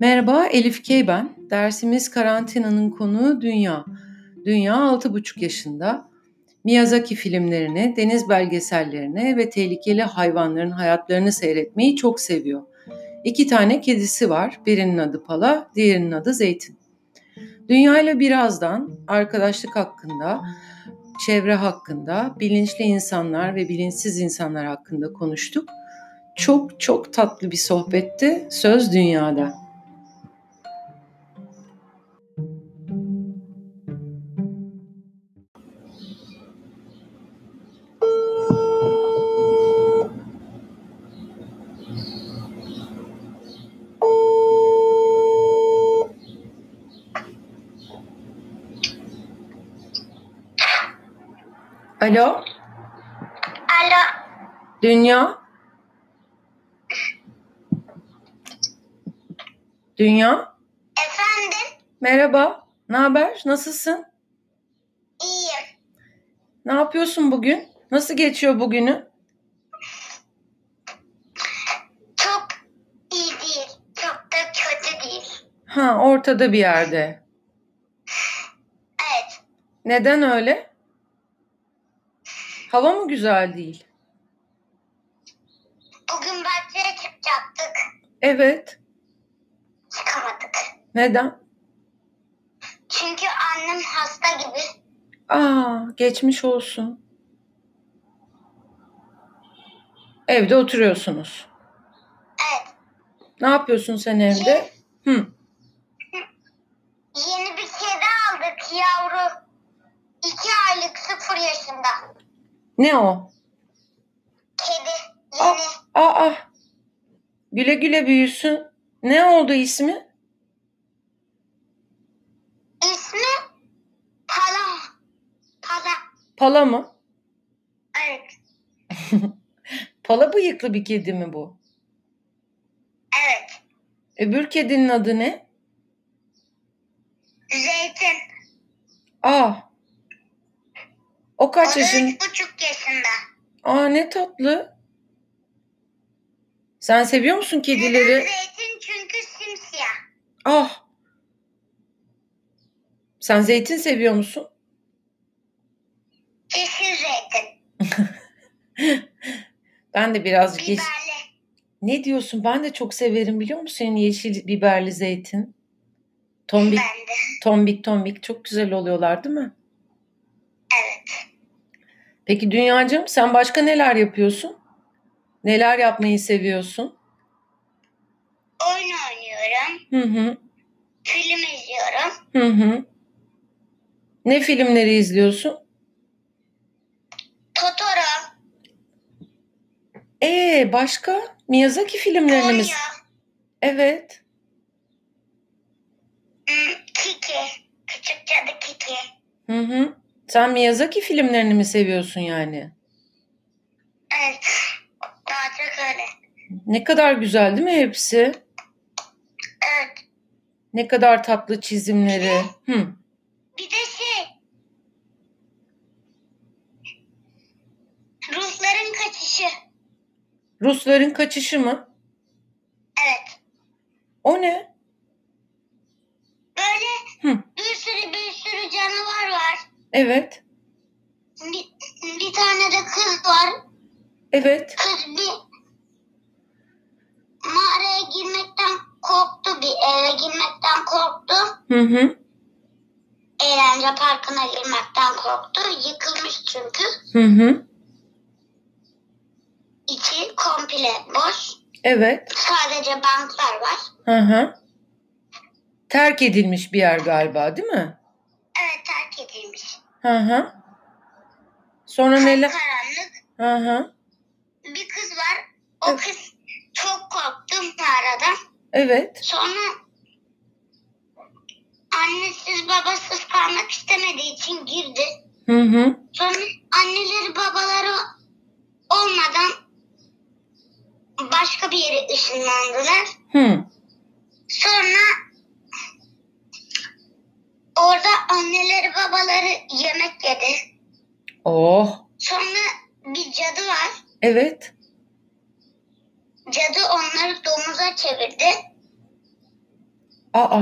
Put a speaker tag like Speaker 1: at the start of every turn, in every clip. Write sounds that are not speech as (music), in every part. Speaker 1: Merhaba, Elif Key ben. Dersimiz karantinanın konu dünya. Dünya 6,5 yaşında. Miyazaki filmlerine, deniz belgesellerine ve tehlikeli hayvanların hayatlarını seyretmeyi çok seviyor. İki tane kedisi var. Birinin adı Pala, diğerinin adı Zeytin. Dünyayla birazdan arkadaşlık hakkında, çevre hakkında, bilinçli insanlar ve bilinçsiz insanlar hakkında konuştuk. Çok çok tatlı bir sohbetti. Söz dünyada. Alo,
Speaker 2: Alo,
Speaker 1: Dünya. Dünya,
Speaker 2: efendim?
Speaker 1: merhaba. Ne haber? Nasılsın?
Speaker 2: İyiyim.
Speaker 1: Ne yapıyorsun bugün? Nasıl geçiyor bugünü?
Speaker 2: Çok iyi değil. Çok da kötü değil.
Speaker 1: Ha, ortada bir yerde.
Speaker 2: Evet,
Speaker 1: Neden öyle? Hava mı güzel değil?
Speaker 2: bugün bahçeye çıkacaktık.
Speaker 1: Evet.
Speaker 2: Çıkamadık.
Speaker 1: Neden?
Speaker 2: Çünkü annem hasta gibi.
Speaker 1: Aa, geçmiş olsun. Evde oturuyorsunuz.
Speaker 2: Evet,
Speaker 1: Ne yapıyorsun sen evde? Hı.
Speaker 2: yeni bir kedi aldık yavru. İki aylık sıfır yaşında.
Speaker 1: Ne o?
Speaker 2: Kedi,
Speaker 1: Aa,
Speaker 2: yeni.
Speaker 1: aa. Güle güle büyüsün. Ne oldu ismi?
Speaker 2: İsmi Pala. Pala.
Speaker 1: Pala mı?
Speaker 2: Evet,
Speaker 1: Pala bıyıklı bir kedi mi bu?
Speaker 2: evet.
Speaker 1: Öbür kedinin adı ne?
Speaker 2: Zeytin.
Speaker 1: Aa. O
Speaker 2: O
Speaker 1: kaç
Speaker 2: da
Speaker 1: yaşın?
Speaker 2: üç buçuk yaşında.
Speaker 1: Aa ne tatlı. Sen seviyor musun kedileri?
Speaker 2: Neden zeytin? Çünkü simsiyah.
Speaker 1: Ah. Sen zeytin seviyor musun?
Speaker 2: Yeşil zeytin.
Speaker 1: Ben de birazcık yeşil.
Speaker 2: Biberli.
Speaker 1: Ne diyorsun? Ben de çok severim biliyor musun? Senin yeşil biberli zeytin. Tombik,
Speaker 2: Ben de.
Speaker 1: tombik, tombik. Çok güzel oluyorlar değil mi?
Speaker 2: Evet.
Speaker 1: Peki Dünyacığım sen başka neler yapıyorsun? Neler yapmayı seviyorsun?
Speaker 2: Oyun oynuyorum.
Speaker 1: Hı hı.
Speaker 2: Film izliyorum.
Speaker 1: Hı hı. Ne filmleri izliyorsun?
Speaker 2: Totoro.
Speaker 1: Ee başka? Miyazaki filmlerini mi?
Speaker 2: Ponyo.
Speaker 1: Evet.
Speaker 2: hmm, Kiki. Küçük cadı Kiki.
Speaker 1: Hı hı. Sen Miyazaki filmlerini mi seviyorsun yani?
Speaker 2: Evet. Daha çok öyle.
Speaker 1: Ne kadar güzel değil mi hepsi?
Speaker 2: Evet.
Speaker 1: Ne kadar tatlı çizimleri. Hı.
Speaker 2: Bir de şey. Rusların kaçışı.
Speaker 1: Rusların kaçışı mı?
Speaker 2: Evet.
Speaker 1: O ne?
Speaker 2: Böyle
Speaker 1: Hı.
Speaker 2: bir sürü bir sürü canavar var.
Speaker 1: Evet.
Speaker 2: Bir, bir tane de kız var.
Speaker 1: Evet.
Speaker 2: Kız bir mağaraya girmekten korktu. Bir eve girmekten korktu.
Speaker 1: Hı hı.
Speaker 2: Eğlence parkına girmekten korktu. Yıkılmış çünkü.
Speaker 1: Hı hı.
Speaker 2: İçi komple boş.
Speaker 1: Evet.
Speaker 2: Sadece banklar var.
Speaker 1: Hı hı. Terk edilmiş bir yer galiba değil mi?
Speaker 2: Evet terk edilmiş.
Speaker 1: Hı hı. Sonra neler?
Speaker 2: Karanlık.
Speaker 1: Hı hı.
Speaker 2: Bir kız var. O
Speaker 1: Evet.
Speaker 2: kız çok korktu mağaradan.
Speaker 1: Evet.
Speaker 2: Sonra annesiz babasız kalmak istemediği için girdi.
Speaker 1: Hı hı.
Speaker 2: Sonra anneleri babaları olmadan başka bir yere ışınlandılar.
Speaker 1: Hı.
Speaker 2: Sonra orada anneleri babaları yemek yedi.
Speaker 1: Oh.
Speaker 2: Sonra bir cadı var.
Speaker 1: Evet.
Speaker 2: Cadı onları domuza çevirdi.
Speaker 1: Aa,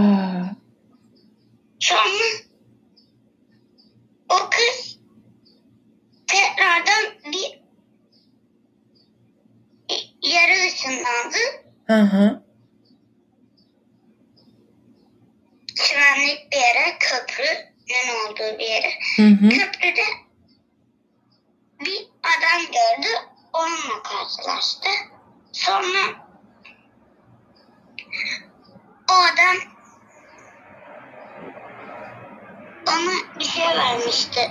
Speaker 2: Sonra o kız tekrardan bir bir yarı ışınlandı.
Speaker 1: hı hı.
Speaker 2: Çimenlik bir yere, köprünün olduğu bir yere.
Speaker 1: Hı hı.
Speaker 2: Köprüde bir adam gördü. Onunla karşılaştı. Sonra o adam ona bir şey vermişti.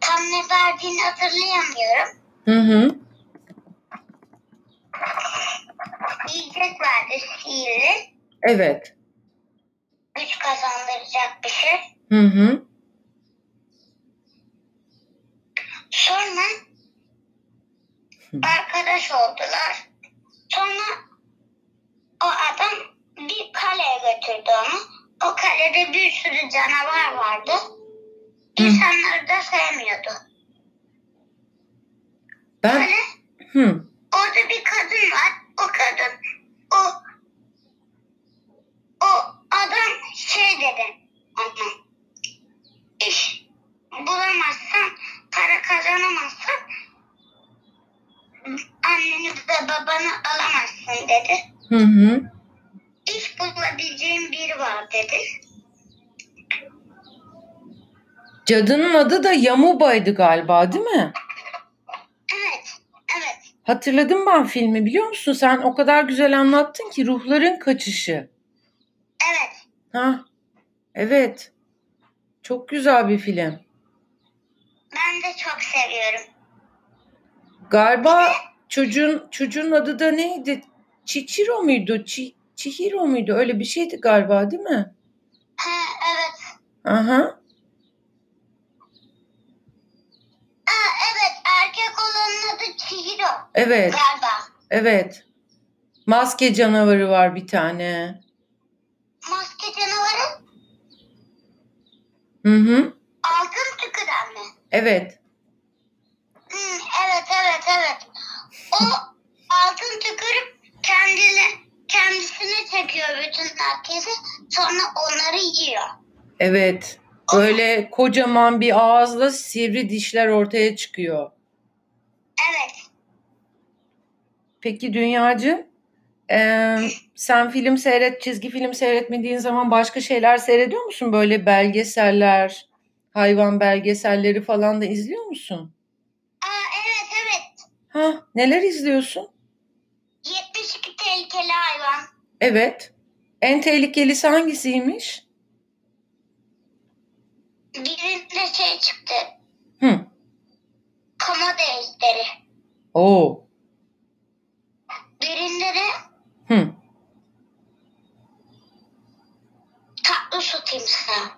Speaker 2: Tam ne verdiğini hatırlayamıyorum.
Speaker 1: Hı hı.
Speaker 2: Yiyecek verdi sihirli.
Speaker 1: Evet.
Speaker 2: Güç kazandıracak bir şey.
Speaker 1: Hı hı.
Speaker 2: Sonra
Speaker 1: Hı.
Speaker 2: arkadaş oldular. Sonra o adam bir kaleye götürdü onu. O kalede bir sürü canavar vardı. İnsanları da sevmiyordu.
Speaker 1: Ben
Speaker 2: Böyle
Speaker 1: hı.
Speaker 2: orada bir kadın var. O kadın o o adam şey dedi ona. İş bulamazsan, para kazanamazsan anneni ve babanı alamazsın dedi.
Speaker 1: Hı hı.
Speaker 2: İş bulabileceğin biri var dedi.
Speaker 1: Cadının adı da Yamuba'ydı galiba, değil mi?
Speaker 2: Evet, evet.
Speaker 1: Hatırladım ben filmi biliyor musun? Sen o kadar güzel anlattın ki ruhların kaçışı.
Speaker 2: Evet.
Speaker 1: Ha? Evet. Çok güzel bir film.
Speaker 2: Ben de çok seviyorum.
Speaker 1: Galiba çocuğun çocuğun adı da neydi? Çiçiro muydu? Çi, Çihiro muydu? Öyle bir şeydi galiba, değil mi?
Speaker 2: Ha, evet.
Speaker 1: Aha.
Speaker 2: Aa, evet. Erkek olanın adı Chihiro
Speaker 1: Evet.
Speaker 2: galiba.
Speaker 1: Evet. Maske canavarı var bir tane.
Speaker 2: Maske canavarı
Speaker 1: Hı hı.
Speaker 2: altın tüküren mi?
Speaker 1: Evet.
Speaker 2: Hmm, evet, evet, evet. O altın tükürüp kendini, kendisine çekiyor bütün herkesi. Sonra onları yiyor.
Speaker 1: Evet. Böyle kocaman bir ağızla sivri dişler ortaya çıkıyor.
Speaker 2: Evet.
Speaker 1: Peki Dünyacığım, eee, sen film seyret, çizgi film seyretmediğin zaman başka şeyler seyrediyor musun? Böyle belgeseller, hayvan belgeselleri falan da izliyor musun?
Speaker 2: Aa, evet, evet.
Speaker 1: Ha, neler izliyorsun?
Speaker 2: 72 tehlikeli hayvan.
Speaker 1: Evet. En tehlikelisi hangisiymiş?
Speaker 2: Birinde şey çıktı.
Speaker 1: Hı.
Speaker 2: Komodo ejderi.
Speaker 1: Oo.
Speaker 2: Birinde de
Speaker 1: Hı.
Speaker 2: tatlı su timsahı.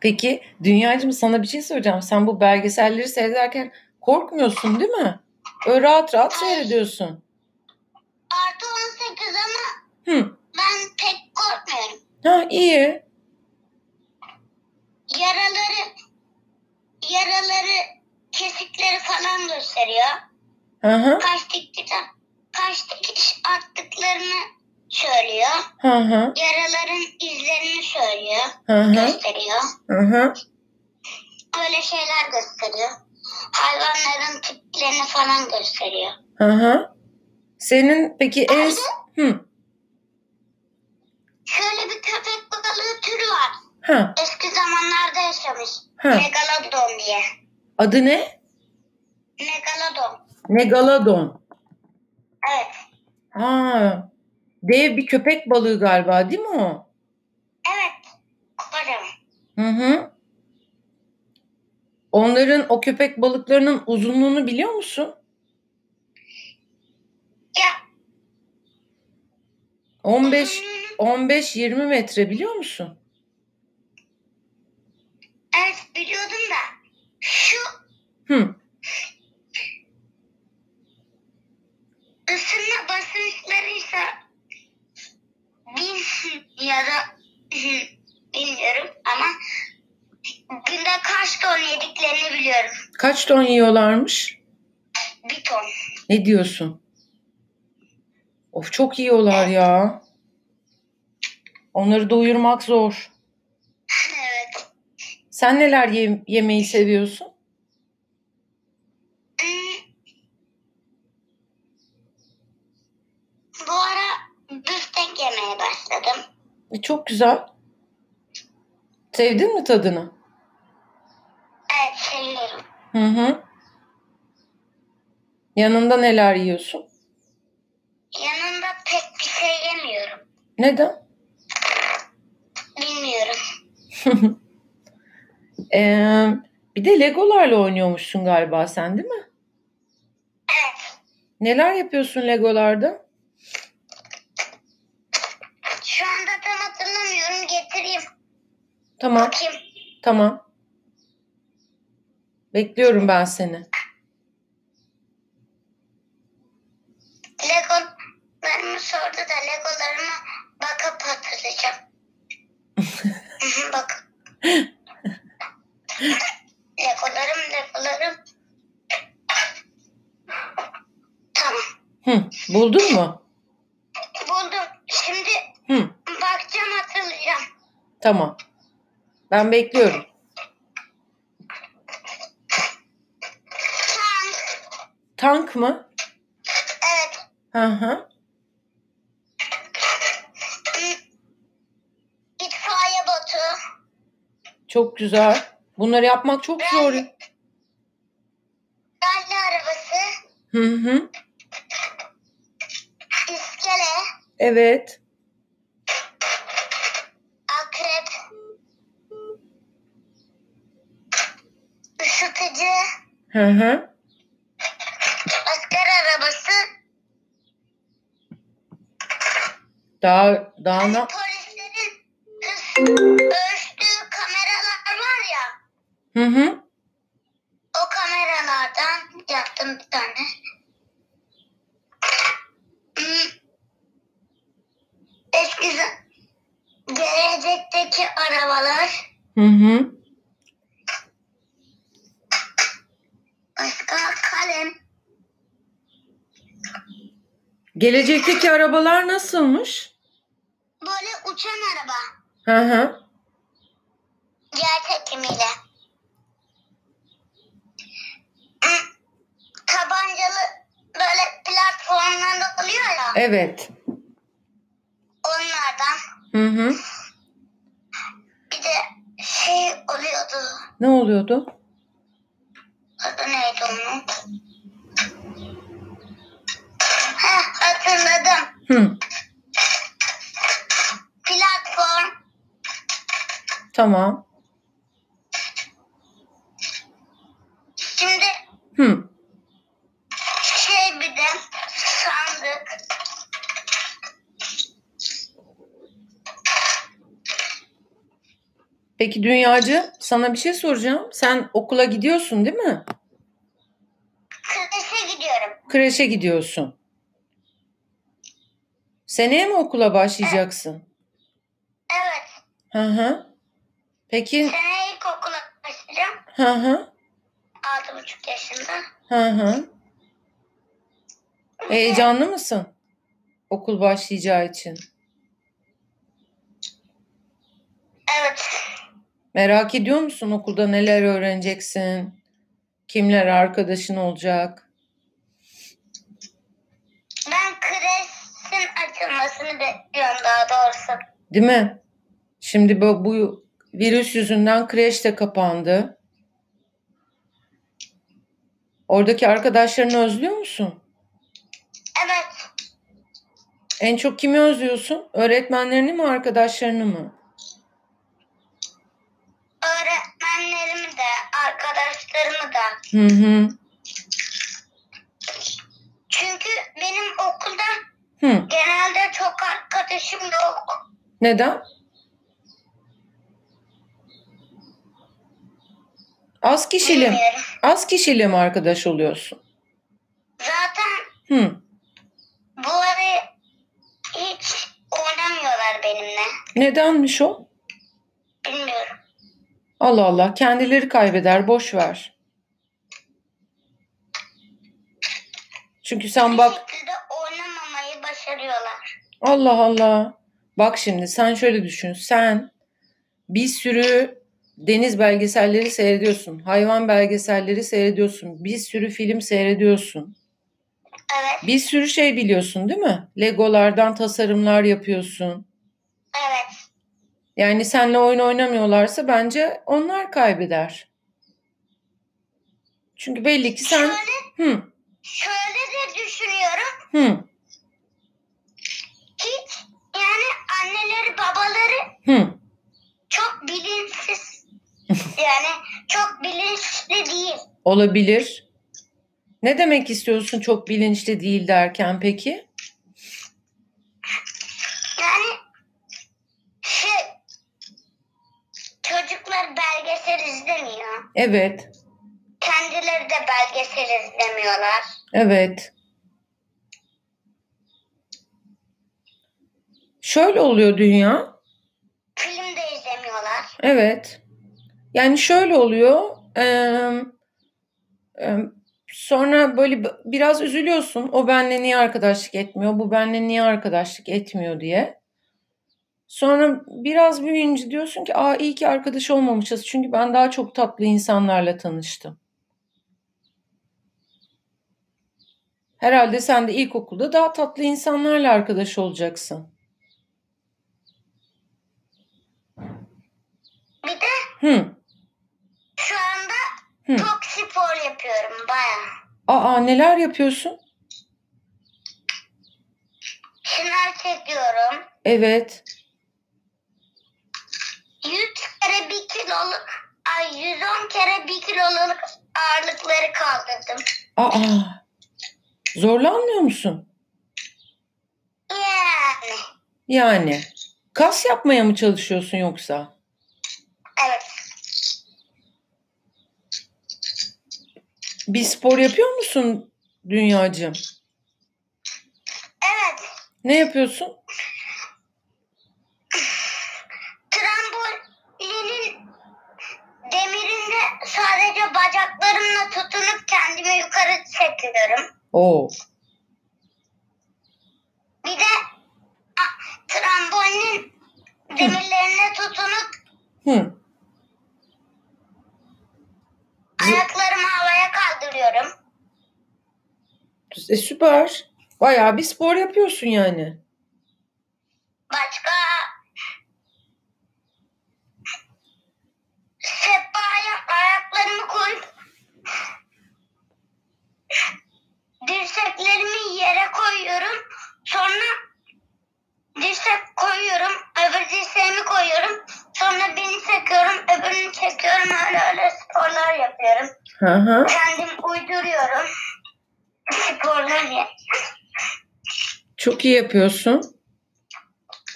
Speaker 1: Peki Dünyacığım sana bir şey soracağım. Sen bu belgeselleri seyrederken korkmuyorsun değil mi? Öyle rahat rahat seyrediyorsun.
Speaker 2: Artı 18 ama
Speaker 1: Hı.
Speaker 2: ben pek korkmuyorum.
Speaker 1: Ha iyi.
Speaker 2: Yaraları yaraları kesikleri falan gösteriyor.
Speaker 1: Hı hı.
Speaker 2: Kaç dikiş, kaç dikiş attıklarını söylüyor.
Speaker 1: Hı hı.
Speaker 2: Yaraların izlerini söylüyor.
Speaker 1: Hı hı.
Speaker 2: Gösteriyor.
Speaker 1: Hı hı.
Speaker 2: Böyle şeyler gösteriyor. Hayvanların tiplerini falan gösteriyor.
Speaker 1: Hı hı. Senin peki en... Hı.
Speaker 2: Şöyle bir köpek balığı türü var.
Speaker 1: Ha.
Speaker 2: Eski zamanlarda yaşamış.
Speaker 1: Ha.
Speaker 2: Megalodon diye.
Speaker 1: Adı ne?
Speaker 2: Megalodon.
Speaker 1: Megalodon.
Speaker 2: Evet.
Speaker 1: Ha. Dev bir köpek balığı galiba değil mi o?
Speaker 2: Evet. Kocaman.
Speaker 1: Hı hı. Onların o köpek balıklarının uzunluğunu biliyor musun?
Speaker 2: Ya
Speaker 1: 15 15 20 metre biliyor musun?
Speaker 2: evet biliyordum da. Şu
Speaker 1: Hı.
Speaker 2: ısınma basınçlarıysa bin ya da (laughs) bilmiyorum ama günde kaç ton yediklerini biliyorum.
Speaker 1: Kaç ton yiyorlarmış?
Speaker 2: Bir ton.
Speaker 1: Ne diyorsun? Of çok yiyorlar ya. Onları doyurmak zor.
Speaker 2: evet.
Speaker 1: Sen neler ye- yemeyi seviyorsun?
Speaker 2: Hmm. Bu ara büftek yemeye başladım.
Speaker 1: E, çok güzel. Sevdin mi tadını?
Speaker 2: Evet seviyorum.
Speaker 1: Hı hı. Yanında neler yiyorsun?
Speaker 2: Yanında pek bir şey yemiyorum.
Speaker 1: Neden?
Speaker 2: Bilmiyorum.
Speaker 1: Ee, bir de legolarla oynuyormuşsun galiba sen değil mi?
Speaker 2: Evet.
Speaker 1: Neler yapıyorsun legolarda?
Speaker 2: Şu anda tam hatırlamıyorum. Getireyim.
Speaker 1: Tamam,
Speaker 2: Bakayım.
Speaker 1: tamam. Bekliyorum ben seni.
Speaker 2: Legolarımı sordu da legolarıma bakıp hatırlayacağım. Mhm, Bak. legolarım, legolarım. tamam.
Speaker 1: Hı, buldun mu?
Speaker 2: Buldum. Şimdi
Speaker 1: Hı,
Speaker 2: bakacağım hatırlayacağım.
Speaker 1: tamam. Ben bekliyorum.
Speaker 2: Tank.
Speaker 1: Tank mı?
Speaker 2: Evet.
Speaker 1: Hı hı.
Speaker 2: Hmm. İtfaiye botu.
Speaker 1: Çok güzel. Bunları yapmak çok zor.
Speaker 2: Rally arabası.
Speaker 1: Hı hı.
Speaker 2: iskele,
Speaker 1: Evet.
Speaker 2: Akrep. Isıtıcı.
Speaker 1: Hı hı.
Speaker 2: Asker arabası.
Speaker 1: Daha daha
Speaker 2: Hani
Speaker 1: ne?
Speaker 2: polislerin hız ölçtüğü kameralar var ya.
Speaker 1: Hı hı.
Speaker 2: O kameralardan yaptım bir tane. Hmm. Eski za- gelecekteki arabalar.
Speaker 1: Hı hı.
Speaker 2: Başka kalem.
Speaker 1: Gelecekteki arabalar nasılmış?
Speaker 2: Böyle uçan araba.
Speaker 1: Hı hı.
Speaker 2: Yer çekimiyle. Hmm. Tabancalı böyle platformlarda oluyor ya.
Speaker 1: Evet.
Speaker 2: Onlardan.
Speaker 1: Hı hı.
Speaker 2: Bir de şey oluyordu.
Speaker 1: Ne oluyordu?
Speaker 2: Adı neydi onun? Heh, hatırladım.
Speaker 1: Hı.
Speaker 2: Platform.
Speaker 1: Tamam.
Speaker 2: Şimdi
Speaker 1: Hı.
Speaker 2: şey bir de sandık.
Speaker 1: Peki dünyacı sana bir şey soracağım. Sen okula gidiyorsun değil mi?
Speaker 2: Kreşe gidiyorum.
Speaker 1: Kreşe gidiyorsun. Seneye mi okula başlayacaksın?
Speaker 2: Evet.
Speaker 1: Hı hı. Peki
Speaker 2: Seneye ilkokula başlayacağım.
Speaker 1: hı hı.
Speaker 2: Altı buçuk yaşında.
Speaker 1: Hı hı. Heyecanlı mısın? Okul başlayacağı için.
Speaker 2: Evet.
Speaker 1: Merak ediyor musun okulda neler öğreneceksin? Kimler arkadaşın olacak?
Speaker 2: Ben kreşin açılmasını bekliyorum daha doğrusu.
Speaker 1: Değil mi? Şimdi bu, bu virüs yüzünden kreş de kapandı. Oradaki arkadaşlarını özlüyor musun?
Speaker 2: Evet.
Speaker 1: En çok kimi özlüyorsun? Öğretmenlerini mi, arkadaşlarını mı?
Speaker 2: Öğretmenlerimi de, arkadaşlarımı da.
Speaker 1: Hı hı.
Speaker 2: Çünkü benim okulda
Speaker 1: Hı.
Speaker 2: Genelde çok arkadaşım yok.
Speaker 1: Neden? Az kişili,
Speaker 2: Bilmiyorum.
Speaker 1: az kişili mi arkadaş oluyorsun?
Speaker 2: Zaten
Speaker 1: Hı.
Speaker 2: bu ara hiç oynamıyorlar benimle.
Speaker 1: Nedenmiş o?
Speaker 2: Bilmiyorum.
Speaker 1: Allah Allah, kendileri kaybeder, boş ver. Çünkü sen
Speaker 2: Bir
Speaker 1: bak,
Speaker 2: şekilde oynamamayı baş kaçırıyorlar.
Speaker 1: Allah Allah. Bak şimdi sen şöyle düşün. Sen bir sürü deniz belgeselleri seyrediyorsun. Hayvan belgeselleri seyrediyorsun. Bir sürü film seyrediyorsun.
Speaker 2: Evet,
Speaker 1: Bir sürü şey biliyorsun değil mi? Legolardan tasarımlar yapıyorsun.
Speaker 2: evet.
Speaker 1: Yani seninle oyun oynamıyorlarsa bence onlar kaybeder. Çünkü belli ki sen
Speaker 2: Şöyle,
Speaker 1: hı
Speaker 2: şöyle de düşünüyorum
Speaker 1: hı
Speaker 2: ki yani anneleri babaları
Speaker 1: hı
Speaker 2: çok bilinçsiz. yani çok bilinçli değil.
Speaker 1: olabilir. Ne demek istiyorsun çok bilinçli değil derken peki?
Speaker 2: Yani şey çocuklar belgesel izlemiyor.
Speaker 1: Evet.
Speaker 2: Kendileri de belgesel izlemiyorlar.
Speaker 1: Evet. Şöyle oluyor dünya.
Speaker 2: Film de izlemiyorlar.
Speaker 1: Evet. Yani şöyle oluyor. eee, eee, sonra böyle b- biraz üzülüyorsun. O benle niye arkadaşlık etmiyor? Bu benle niye arkadaşlık etmiyor diye. Sonra biraz büyüyünce diyorsun ki aa iyi ki arkadaş olmamışız. Çünkü ben daha çok tatlı insanlarla tanıştım. Herhalde sen de ilkokulda daha tatlı insanlarla arkadaş olacaksın.
Speaker 2: Bir de
Speaker 1: Hı.
Speaker 2: şu anda
Speaker 1: Hı.
Speaker 2: çok spor yapıyorum baya.
Speaker 1: Aa neler yapıyorsun?
Speaker 2: Şınav çekiyorum.
Speaker 1: Evet.
Speaker 2: 100 kere 1 kiloluk ay 110 kere 1 kiloluk ağırlıkları kaldırdım.
Speaker 1: Aa, zorlanmıyor musun?
Speaker 2: Yani
Speaker 1: Yani kas yapmaya mı çalışıyorsun yoksa?
Speaker 2: evet
Speaker 1: Bir spor yapıyor musun dünyacığım?
Speaker 2: evet
Speaker 1: Ne yapıyorsun?
Speaker 2: trambolinin demirinde sadece bacaklarımla tutunup kendimi yukarı çekiyorum.
Speaker 1: Oo,
Speaker 2: Bir de a, trambolinin demirlerine tutunup
Speaker 1: hı,
Speaker 2: ayaklarımı havaya kaldırıyorum.
Speaker 1: e, süper. Bayağı bir spor yapıyorsun yani.
Speaker 2: Başka sehpaya ayaklarımı koyup dirseklerimi yere koyuyorum. Sonra dirsek koyuyorum. Öbür dirseğimi koyuyorum. Sonra beni çekiyorum. Öbürünü çekiyorum. Öyle öyle sporlar yapıyorum.
Speaker 1: Hı hı.
Speaker 2: Kendim uyduruyorum. Sporlar ya.
Speaker 1: Çok iyi yapıyorsun.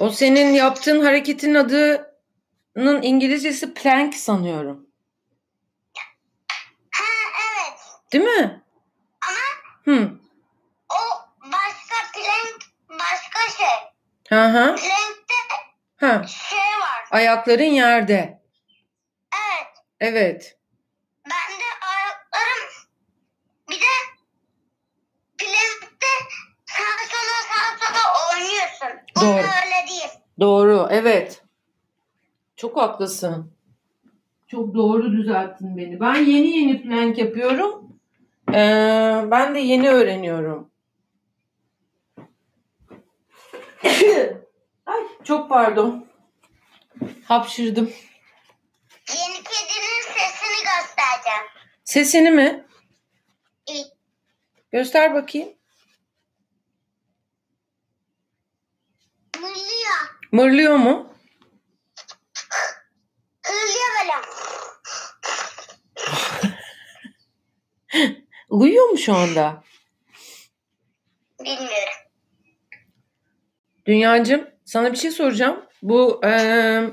Speaker 1: O senin yaptığın hareketin adının İngilizcesi plank sanıyorum.
Speaker 2: Ha evet.
Speaker 1: Değil mi?
Speaker 2: Ama
Speaker 1: Hı.
Speaker 2: o başka plank başka şey.
Speaker 1: Hı hı.
Speaker 2: Renkte
Speaker 1: Hı.
Speaker 2: şey var.
Speaker 1: Ayakların yerde.
Speaker 2: Evet.
Speaker 1: Evet.
Speaker 2: Ben de ayaklarım bir de plankte sağa sola sağa sola oynuyorsun. Bu
Speaker 1: Doğru.
Speaker 2: öyle değil.
Speaker 1: Doğru, evet. Çok haklısın. Çok doğru düzelttin beni. Ben yeni yeni plank yapıyorum. Ee, ben de yeni öğreniyorum. (coughs) Ay çok pardon. Hapşırdım.
Speaker 2: Yeni kedinin sesini göstereceğim. E,
Speaker 1: Sesini mi?
Speaker 2: İyi.
Speaker 1: Göster bakayım.
Speaker 2: Hırlıyor.
Speaker 1: Mırlıyor mu?
Speaker 2: Hırlıyor böyle.
Speaker 1: Uyuyor mu şu anda?
Speaker 2: Bilmiyorum.
Speaker 1: Dünyacığım sana bir şey soracağım. Bu eee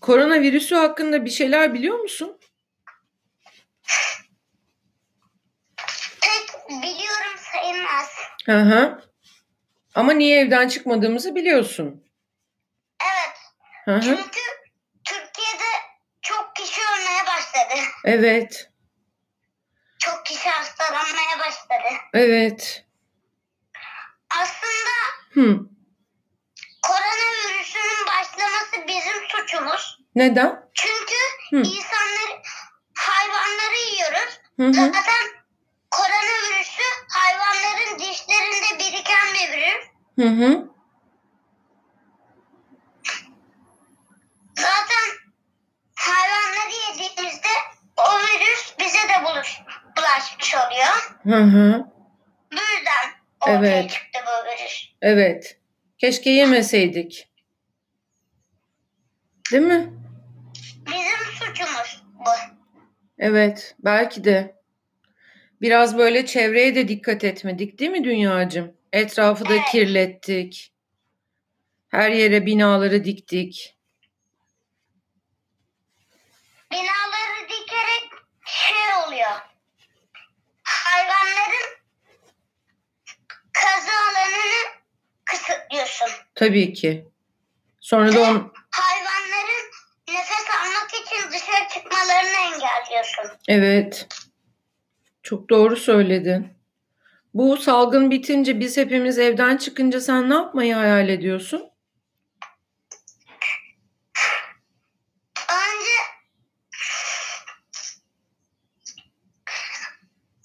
Speaker 1: koronavirüsü hakkında bir şeyler biliyor musun?
Speaker 2: Pek biliyorum sayılmaz.
Speaker 1: Hı hı. Ama niye evden çıkmadığımızı biliyorsun.
Speaker 2: Evet.
Speaker 1: Hı hı.
Speaker 2: Çünkü Türkiye'de çok kişi ölmeye başladı.
Speaker 1: Evet.
Speaker 2: Çok kişi hastalanmaya başladı.
Speaker 1: Evet.
Speaker 2: Aslında
Speaker 1: Hı.
Speaker 2: Koronavirüsünün başlaması bizim suçumuz.
Speaker 1: Neden?
Speaker 2: Çünkü
Speaker 1: Hı.
Speaker 2: insanları, hayvanları yiyoruz.
Speaker 1: Hı hı.
Speaker 2: Zaten koronavirüsü hayvanların dişlerinde biriken bir virüs.
Speaker 1: Hı hı.
Speaker 2: Zaten hayvanları yediğimizde o virüs bize de buluş, bulaşmış oluyor.
Speaker 1: Hı hı.
Speaker 2: Bu yüzden ortaya
Speaker 1: Evet.
Speaker 2: çıktı bu virüs.
Speaker 1: Evet. Keşke yemeseydik. Değil mi?
Speaker 2: Bizim suçumuz bu.
Speaker 1: Evet, belki de. Biraz böyle çevreye de dikkat etmedik, değil mi dünyacığım? Etrafı da
Speaker 2: Evet.
Speaker 1: kirlettik. Her yere binaları diktik.
Speaker 2: Binaları dikerek şey oluyor. Hayvanların kazı alanını kısıtlıyorsun.
Speaker 1: Tabii ki. Sonra da on...
Speaker 2: Hayvanların nefes almak için dışarı çıkmalarını engelliyorsun.
Speaker 1: Evet. Çok doğru söyledin. Bu salgın bitince biz hepimiz evden çıkınca sen ne yapmayı hayal ediyorsun?
Speaker 2: Önce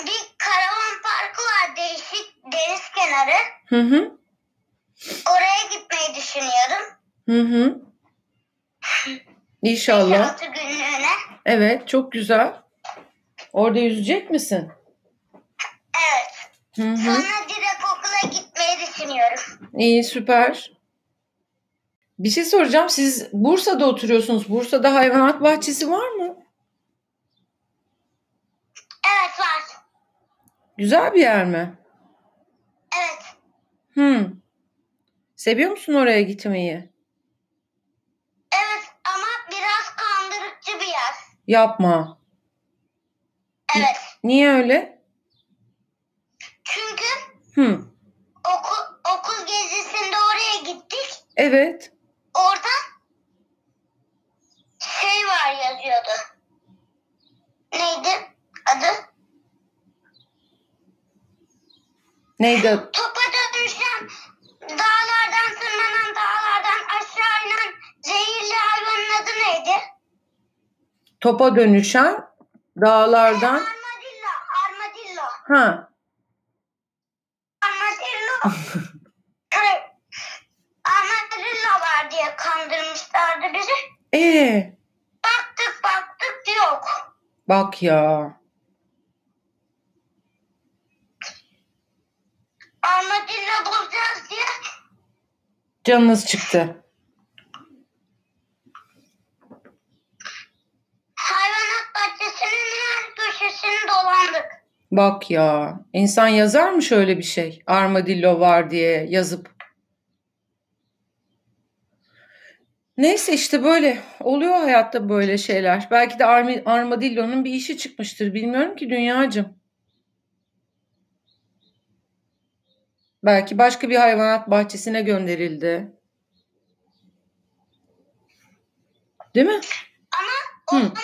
Speaker 2: bir karavan parkı var değişik deniz kenarı.
Speaker 1: Hı hı.
Speaker 2: Oraya gitmeyi düşünüyorum.
Speaker 1: Hı hı. İnşallah.
Speaker 2: 6 günlüğüne.
Speaker 1: Evet, çok güzel. Orada yüzecek misin?
Speaker 2: Evet.
Speaker 1: Hı hı.
Speaker 2: Sonra direkt okula gitmeyi düşünüyorum.
Speaker 1: İyi, süper. Bir şey soracağım. Siz Bursa'da oturuyorsunuz. Bursa'da hayvanat bahçesi var mı?
Speaker 2: Evet var.
Speaker 1: Güzel bir yer mi?
Speaker 2: Evet.
Speaker 1: Hı. Seviyor musun oraya gitmeyi?
Speaker 2: Evet ama biraz kandırıkçı bir yer.
Speaker 1: Yapma.
Speaker 2: Evet.
Speaker 1: Niye öyle?
Speaker 2: Çünkü
Speaker 1: Hı.
Speaker 2: okul, okul gezisinde oraya gittik.
Speaker 1: Evet.
Speaker 2: Orada şey var yazıyordu. Neydi adı?
Speaker 1: Neydi? adı?
Speaker 2: Topa dönüşen, dağlardan tırmanan, dağlardan aşağı inen zehirli hayvanın adı neydi?
Speaker 1: Topa dönüşen dağlardan.
Speaker 2: Armadillo, armadillo,
Speaker 1: Ha.
Speaker 2: armadillo. Kay- armadillo Hani var diye kandırmışlardı bizi.
Speaker 1: Ee,
Speaker 2: Baktık baktık yok.
Speaker 1: bak ya.
Speaker 2: Armadillo bulacağız diye
Speaker 1: Canınız çıktı.
Speaker 2: hayvanat bahçesinin her köşesini dolandık.
Speaker 1: Bak ya. İnsan yazar mı şöyle bir şey? Armadillo var diye yazıp. Neyse işte böyle oluyor hayatta böyle şeyler. Belki de armi- armadillo'nun bir işi çıkmıştır. Bilmiyorum ki dünyacığım. Belki başka bir hayvanat bahçesine gönderildi. Değil mi?
Speaker 2: Ama o
Speaker 1: Hı.
Speaker 2: zaman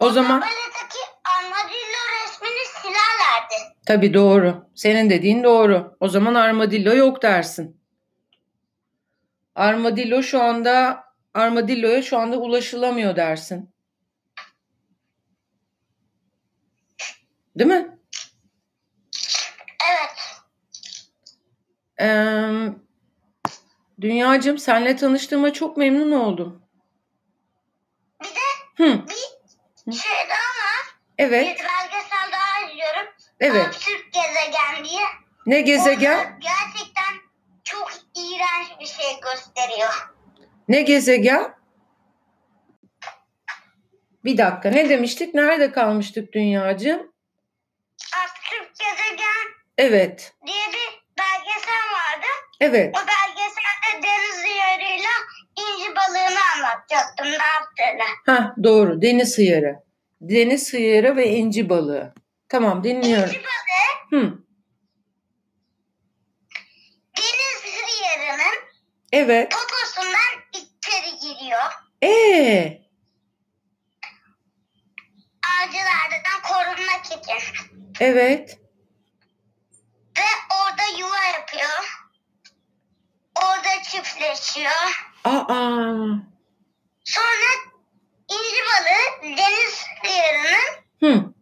Speaker 1: O zaman
Speaker 2: baletaki armadillo resmini silerlerdi.
Speaker 1: Tabii doğru. Senin dediğin doğru. O zaman armadillo yok dersin. Armadillo şu anda armadilloya şu anda ulaşılamıyor dersin. Değil mi?
Speaker 2: Evet.
Speaker 1: Ee, Dünyacığım senle tanıştığıma çok memnun oldum.
Speaker 2: Bir de
Speaker 1: Hı,
Speaker 2: bir şey daha var.
Speaker 1: evet,
Speaker 2: Bir belgesel daha izliyorum.
Speaker 1: evet.
Speaker 2: Absürt gezegen diye.
Speaker 1: Ne gezegen?
Speaker 2: Orada gerçekten çok iğrenç bir şey gösteriyor.
Speaker 1: Ne gezegen? Bir dakika. Ne demiştik? Nerede kalmıştık dünyacığım?
Speaker 2: Absürt gezegen
Speaker 1: Evet.
Speaker 2: diye bir belgesel vardı.
Speaker 1: Evet.
Speaker 2: O belgeselde deniz yarıyla inci balığını anlatacaktım ne yaptığını.
Speaker 1: Ha doğru. Deniz hıyarı. Deniz hıyarı ve inci balığı. Tamam dinliyorum.
Speaker 2: İnci balığı
Speaker 1: Hı.
Speaker 2: deniz yarının
Speaker 1: Evet.
Speaker 2: poposundan içeri giriyor.
Speaker 1: Ee,
Speaker 2: Avcılardan korunmak için.
Speaker 1: evet.
Speaker 2: Ve orada yuva yapıyor. çiftleşiyor.
Speaker 1: Aa.
Speaker 2: Sonra inci balığı deniz yarının
Speaker 1: Hı.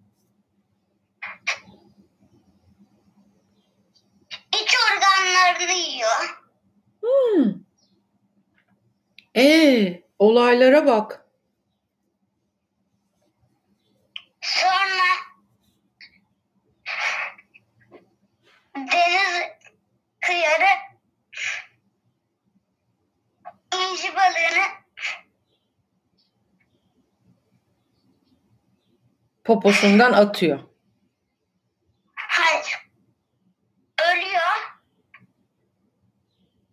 Speaker 2: iç organlarını yiyor.
Speaker 1: Hı. Ee, olaylara bak.
Speaker 2: Sonra deniz kıyarı inci balığını
Speaker 1: Poposundan atıyor.
Speaker 2: hayır, ölüyor.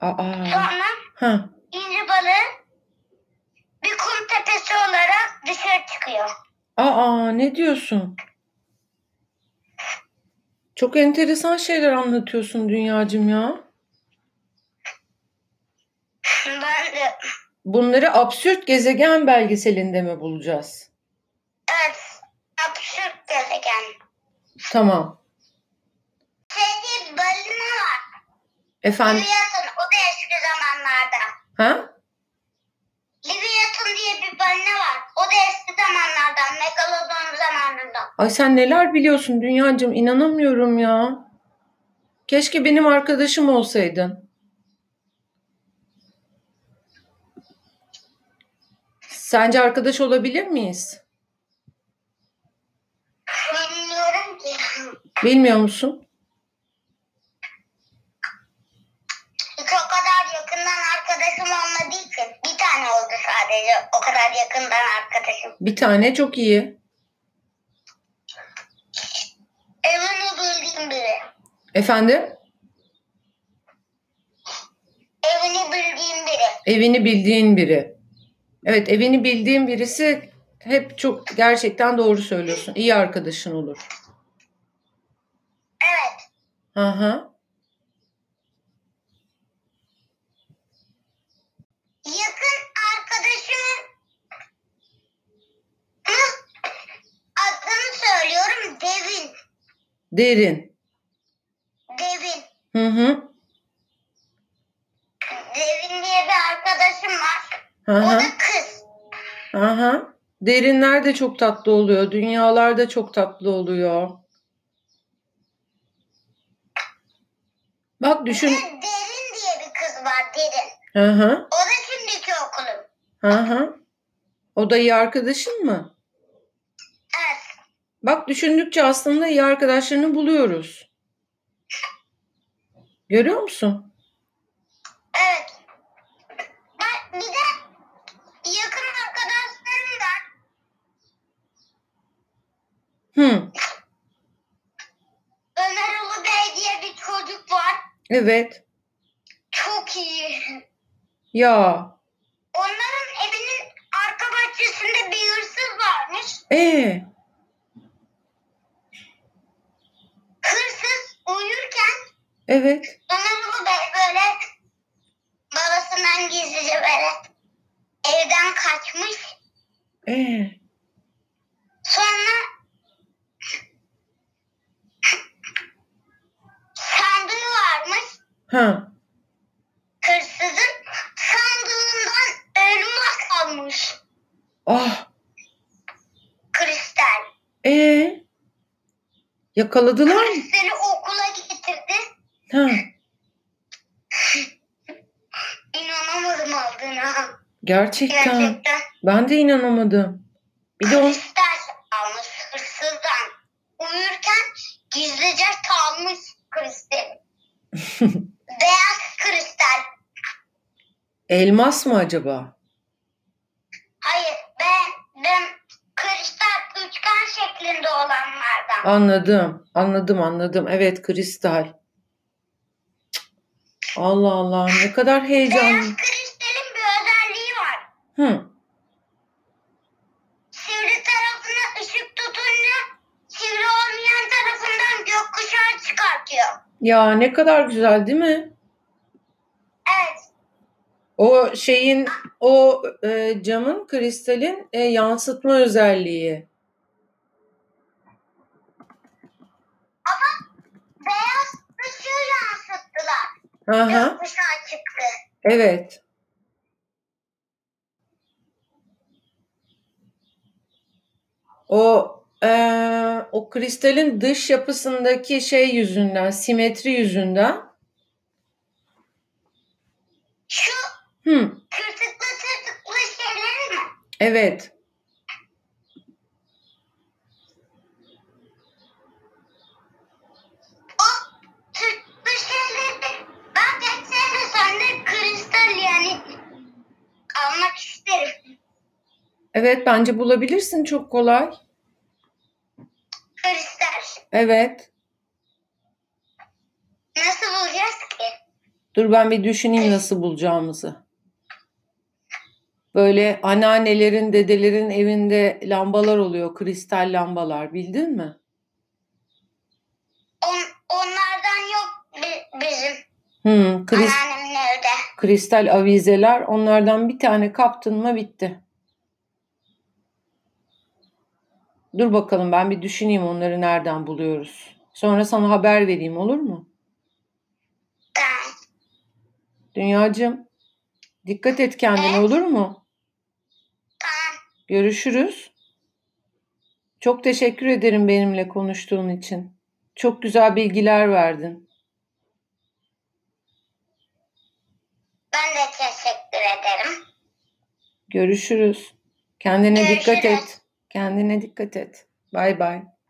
Speaker 1: Aa.
Speaker 2: Sonra
Speaker 1: Ha.
Speaker 2: inci balığı bir kum tepesi olarak dışarı çıkıyor.
Speaker 1: Aa ne diyorsun? Çok enteresan şeyler anlatıyorsun dünyacım ya.
Speaker 2: Ben de
Speaker 1: Bunları absürt gezegen belgeselinde mi bulacağız?
Speaker 2: evet, absürt gezegen.
Speaker 1: Tamam.
Speaker 2: Sevdiği balina var.
Speaker 1: Efendim?
Speaker 2: Livyatın o da eski zamanlarda.
Speaker 1: Ha?
Speaker 2: Livyatın diye bir balina var. O da eski zamanlardan. Megalodon zamanında.
Speaker 1: Ay sen neler biliyorsun dünyacım inanamıyorum ya. Keşke benim arkadaşım olsaydın. Sence arkadaş olabilir miyiz?
Speaker 2: Bilmiyorum ki.
Speaker 1: Bilmiyor musun?
Speaker 2: Hiç o kadar yakından arkadaşım olmadığı için. Bir tane oldu sadece. O kadar yakından arkadaşım.
Speaker 1: Bir tane çok iyi.
Speaker 2: Evini bildiğim biri.
Speaker 1: Efendim?
Speaker 2: Evini bildiğim biri.
Speaker 1: Evini bildiğin biri. Evet, evini bildiğin birisi hep çok gerçekten doğru söylüyorsun. İyi arkadaşın olur.
Speaker 2: Evet.
Speaker 1: Hı hı.
Speaker 2: Yakın arkadaşımın adını söylüyorum. Devin.
Speaker 1: Derin.
Speaker 2: Devin.
Speaker 1: Hı hı.
Speaker 2: Devin diye bir arkadaşım var.
Speaker 1: Hı
Speaker 2: O
Speaker 1: hı.
Speaker 2: da kız.
Speaker 1: Hı hı. Derinler de çok tatlı oluyor. Dünyalar da çok tatlı oluyor. Bak
Speaker 2: Bir
Speaker 1: düşün.
Speaker 2: de Derin diye bir kız var Derin.
Speaker 1: Hı hı.
Speaker 2: O da şimdiki okulum.
Speaker 1: Hı hı. O da iyi arkadaşın mı?
Speaker 2: Evet.
Speaker 1: Bak düşündükçe aslında iyi arkadaşlarını buluyoruz. Görüyor musun?
Speaker 2: Evet. Ben bir de yakın arkadaşlarım var.
Speaker 1: Hı.
Speaker 2: Ömer Ulu Bey diye bir çocuk var.
Speaker 1: Evet.
Speaker 2: Çok iyi.
Speaker 1: Ya.
Speaker 2: Onların evinin arka bahçesinde bir hırsız varmış.
Speaker 1: E
Speaker 2: Hırsız uyurken
Speaker 1: evet.
Speaker 2: Ömer Ulu Bey böyle babasından gizlice böyle evden kaçmış.
Speaker 1: E
Speaker 2: Sonra sandığı varmış.
Speaker 1: ha.
Speaker 2: Hırsızın sandığından elmas almış.
Speaker 1: Ah.
Speaker 2: Kristal.
Speaker 1: E yakaladılar mı?
Speaker 2: Kristali okula getirdi.
Speaker 1: Ha.
Speaker 2: İnanamadım aldığına.
Speaker 1: Gerçekten.
Speaker 2: Gerçekten
Speaker 1: Ben de inanamadım. Bir de o
Speaker 2: kristal almış hırsızdan. Uyurken gizlice çalmış kristali. Beyaz kristal.
Speaker 1: elmas mı acaba?
Speaker 2: Hayır ben ben kristal üçgen şeklinde olanlardan.
Speaker 1: Anladım. Anladım anladım. Evet kristal. Cık. Allah Allah ne kadar heyecanlı.
Speaker 2: Beyaz kristalin bir özelliği var.
Speaker 1: Hı.
Speaker 2: Sivri tarafına ışık tutunca sivri olmayan tarafından gökkuşağı çıkartıyor.
Speaker 1: Ya ne kadar güzel değil mi?
Speaker 2: Evet.
Speaker 1: O şeyin o e, camın kristalin e, yansıtma özelliği.
Speaker 2: Beyaz ışığı yansıttılar.
Speaker 1: Aha.
Speaker 2: Gökkuşağı çıktı.
Speaker 1: Evet. O eee, o kristalin dış yapısındaki şey yüzünden, simetri yüzünden.
Speaker 2: Şu
Speaker 1: Hı,
Speaker 2: tırtıklı tırtıklı şeyleri mi?
Speaker 1: evet.
Speaker 2: O tırtıklı şeyleri ben geçen de sende kristal yani almak isterim.
Speaker 1: Evet bence bulabilirsin çok kolay.
Speaker 2: Kristal.
Speaker 1: Evet.
Speaker 2: Nasıl bulacağız ki?
Speaker 1: Dur ben bir düşüneyim nasıl bulacağımızı. Böyle anneannelerin, dedelerin evinde lambalar oluyor, kristal lambalar. Bildin mi?
Speaker 2: On, onlardan yok bi- bizim
Speaker 1: Hı, kris-
Speaker 2: anneannemin evde.
Speaker 1: kristal avizeler. Onlardan bir tane kaptın mı bitti. Dur bakalım ben bir düşüneyim onları nereden buluyoruz. Sonra sana haber vereyim olur mu?
Speaker 2: Tamam.
Speaker 1: Dünyacığım dikkat et kendine
Speaker 2: Evet.
Speaker 1: olur mu?
Speaker 2: Tamam.
Speaker 1: Görüşürüz. Çok teşekkür ederim benimle konuştuğun için. Çok güzel bilgiler verdin.
Speaker 2: Ben de teşekkür ederim.
Speaker 1: Görüşürüz. Kendine dikkat
Speaker 2: Görüşürüz.
Speaker 1: et. Kendine dikkat et. Bay bay.